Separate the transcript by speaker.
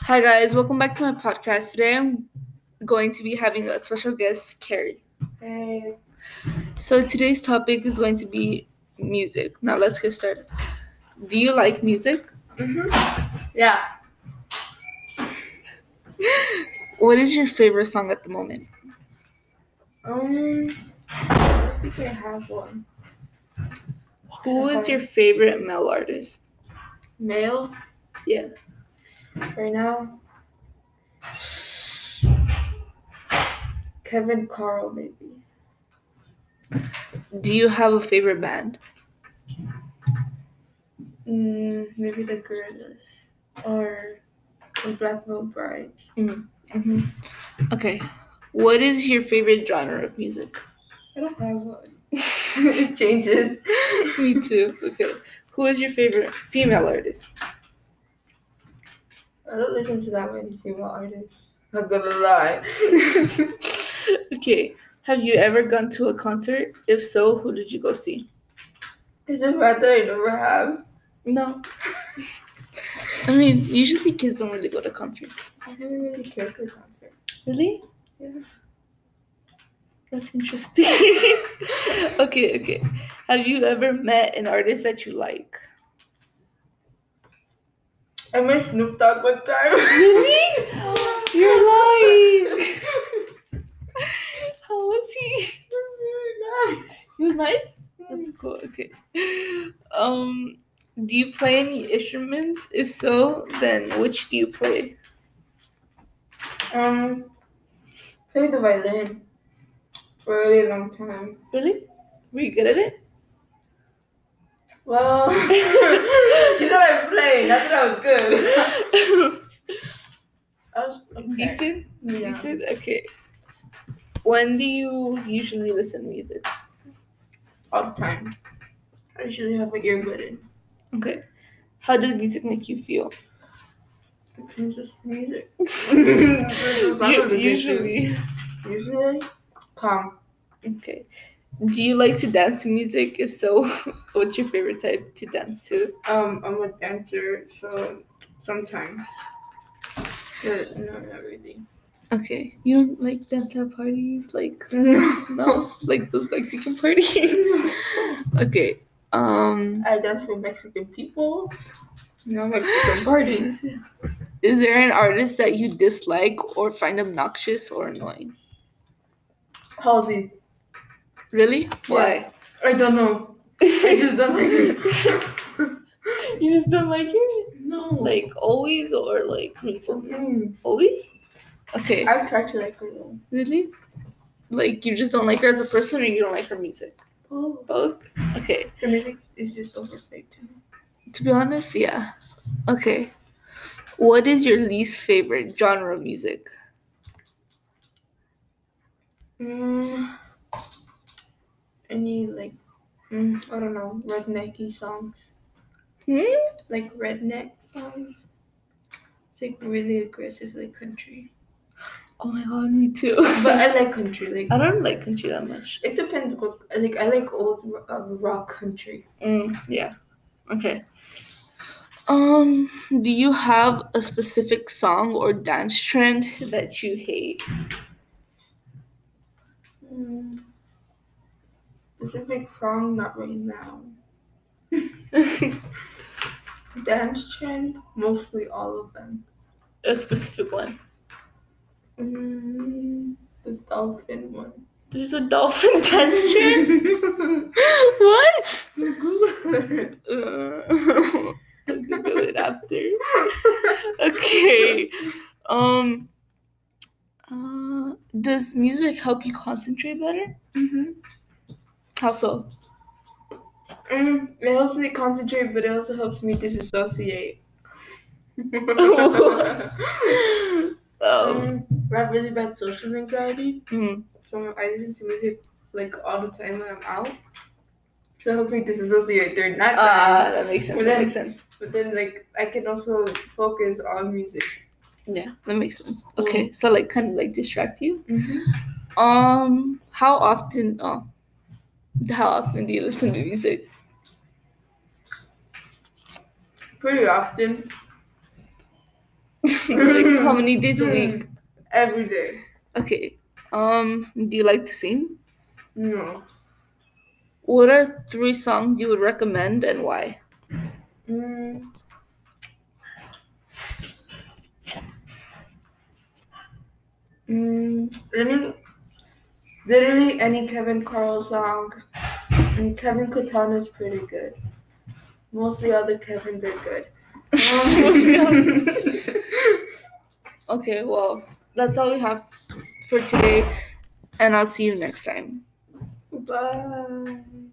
Speaker 1: Hi, guys. Welcome back to my podcast. Today I'm going to be having a special guest, Carrie.
Speaker 2: Hey.
Speaker 1: So, today's topic is going to be music. Now, let's get started. Do you like music?
Speaker 2: mm-hmm. Yeah.
Speaker 1: What is your favorite song at the moment?
Speaker 2: Um. I don't think I have one.
Speaker 1: Who is your favorite male artist?
Speaker 2: Male
Speaker 1: Yeah.
Speaker 2: right now. Kevin Carl maybe.
Speaker 1: Do you have a favorite band?
Speaker 2: Mm, maybe the Gorillas or the Black Veil Bride.
Speaker 1: Mm-hmm. Okay. What is your favorite genre of music?
Speaker 2: I don't have one. it changes.
Speaker 1: Me too. Okay. Who is your favorite female artist?
Speaker 2: I don't listen to that many female artists. Not gonna lie.
Speaker 1: okay. Have you ever gone to a concert? If so, who did you go see?
Speaker 2: it's a fact that I never have.
Speaker 1: No. I mean, usually kids don't really go to concerts.
Speaker 2: I never really cared for concerts.
Speaker 1: Really?
Speaker 2: Yeah.
Speaker 1: That's interesting. okay, okay. Have you ever met an artist that you like?
Speaker 2: I met Snoop Dogg one time.
Speaker 1: Really? You're lying. How was he? He was nice? That's cool. Okay. Um, do you play any instruments? If so, then which do you play?
Speaker 2: um, played the violin for a really long time.
Speaker 1: Really? Were you good at it?
Speaker 2: Well, you said I played. I thought I was good. I was okay.
Speaker 1: Decent?
Speaker 2: Yeah.
Speaker 1: Decent? Okay. When do you usually listen to music?
Speaker 2: All the time. I usually have my earbud in.
Speaker 1: Okay. How does music make you feel?
Speaker 2: Depends on the music.
Speaker 1: You- usually.
Speaker 2: Usually, calm.
Speaker 1: Okay. Do you like to dance to music? If so, what's your favorite type to dance to?
Speaker 2: Um, I'm a dancer, so sometimes. But no, not really.
Speaker 1: Okay. You don't like dance at parties? Like,
Speaker 2: No.
Speaker 1: no? Like those Mexican parties? okay. Um,
Speaker 2: I dance for Mexican people. No Mexican parties.
Speaker 1: is there an artist that you dislike or find obnoxious or annoying?
Speaker 2: Halsey.
Speaker 1: Really? Why?
Speaker 2: I don't know. I just don't like her.
Speaker 1: You just don't like it?
Speaker 2: no.
Speaker 1: Like always or like recently?
Speaker 2: Mm.
Speaker 1: Always? Okay.
Speaker 2: I've tried to like her though.
Speaker 1: Really? Like you just don't like her as a person or you don't like her music?
Speaker 2: Oh.
Speaker 1: Both? Okay.
Speaker 2: Her music is just so perfect. to me.
Speaker 1: To be honest, yeah. Okay. What is your least favorite genre of music?
Speaker 2: Mm. Any like, mm, I don't know, rednecky songs.
Speaker 1: Hmm?
Speaker 2: Like redneck songs. It's like really aggressive, like country.
Speaker 1: Oh my god, me too.
Speaker 2: But I like country. Like
Speaker 1: I don't like country that much.
Speaker 2: It depends what like I like old uh, rock country.
Speaker 1: Mm, yeah. Okay. Um, do you have a specific song or dance trend that you hate?
Speaker 2: Mm. Specific song, not right now. Dance trend, mostly all of them.
Speaker 1: a specific one.
Speaker 2: Mm, the dolphin one.
Speaker 1: There's a dolphin dance trend?
Speaker 2: Google
Speaker 1: what?
Speaker 2: it.
Speaker 1: Uh, I'll Google it after. Okay. Um. Uh, does music help you concentrate better?
Speaker 2: Mhm.
Speaker 1: How so?
Speaker 2: Mm, it helps me concentrate, but it also helps me disassociate.
Speaker 1: um.
Speaker 2: Oh. um, I have really bad social anxiety.
Speaker 1: mm,
Speaker 2: So I listen to music like all the time when I'm out. So help me disassociate during that time.
Speaker 1: Ah, that makes sense.
Speaker 2: Well,
Speaker 1: That
Speaker 2: then-
Speaker 1: makes sense.
Speaker 2: but then like I can also focus on music.
Speaker 1: Yeah, that makes sense. Okay, so like kind of like distract you.
Speaker 2: Mm-hmm.
Speaker 1: Um, how often? Oh, how often do you listen to music?
Speaker 2: Pretty often.
Speaker 1: like how many days a week?
Speaker 2: Every day.
Speaker 1: Okay. Um, do you like to sing?
Speaker 2: No.
Speaker 1: What are three songs you would recommend and why?
Speaker 2: Mm. Mm, any, literally any Kevin Carl song. And Kevin Katana is pretty good. Most of the other Kevins are good. Um,
Speaker 1: Okay, well, that's all we have for today, and I'll see you next time.
Speaker 2: Bye.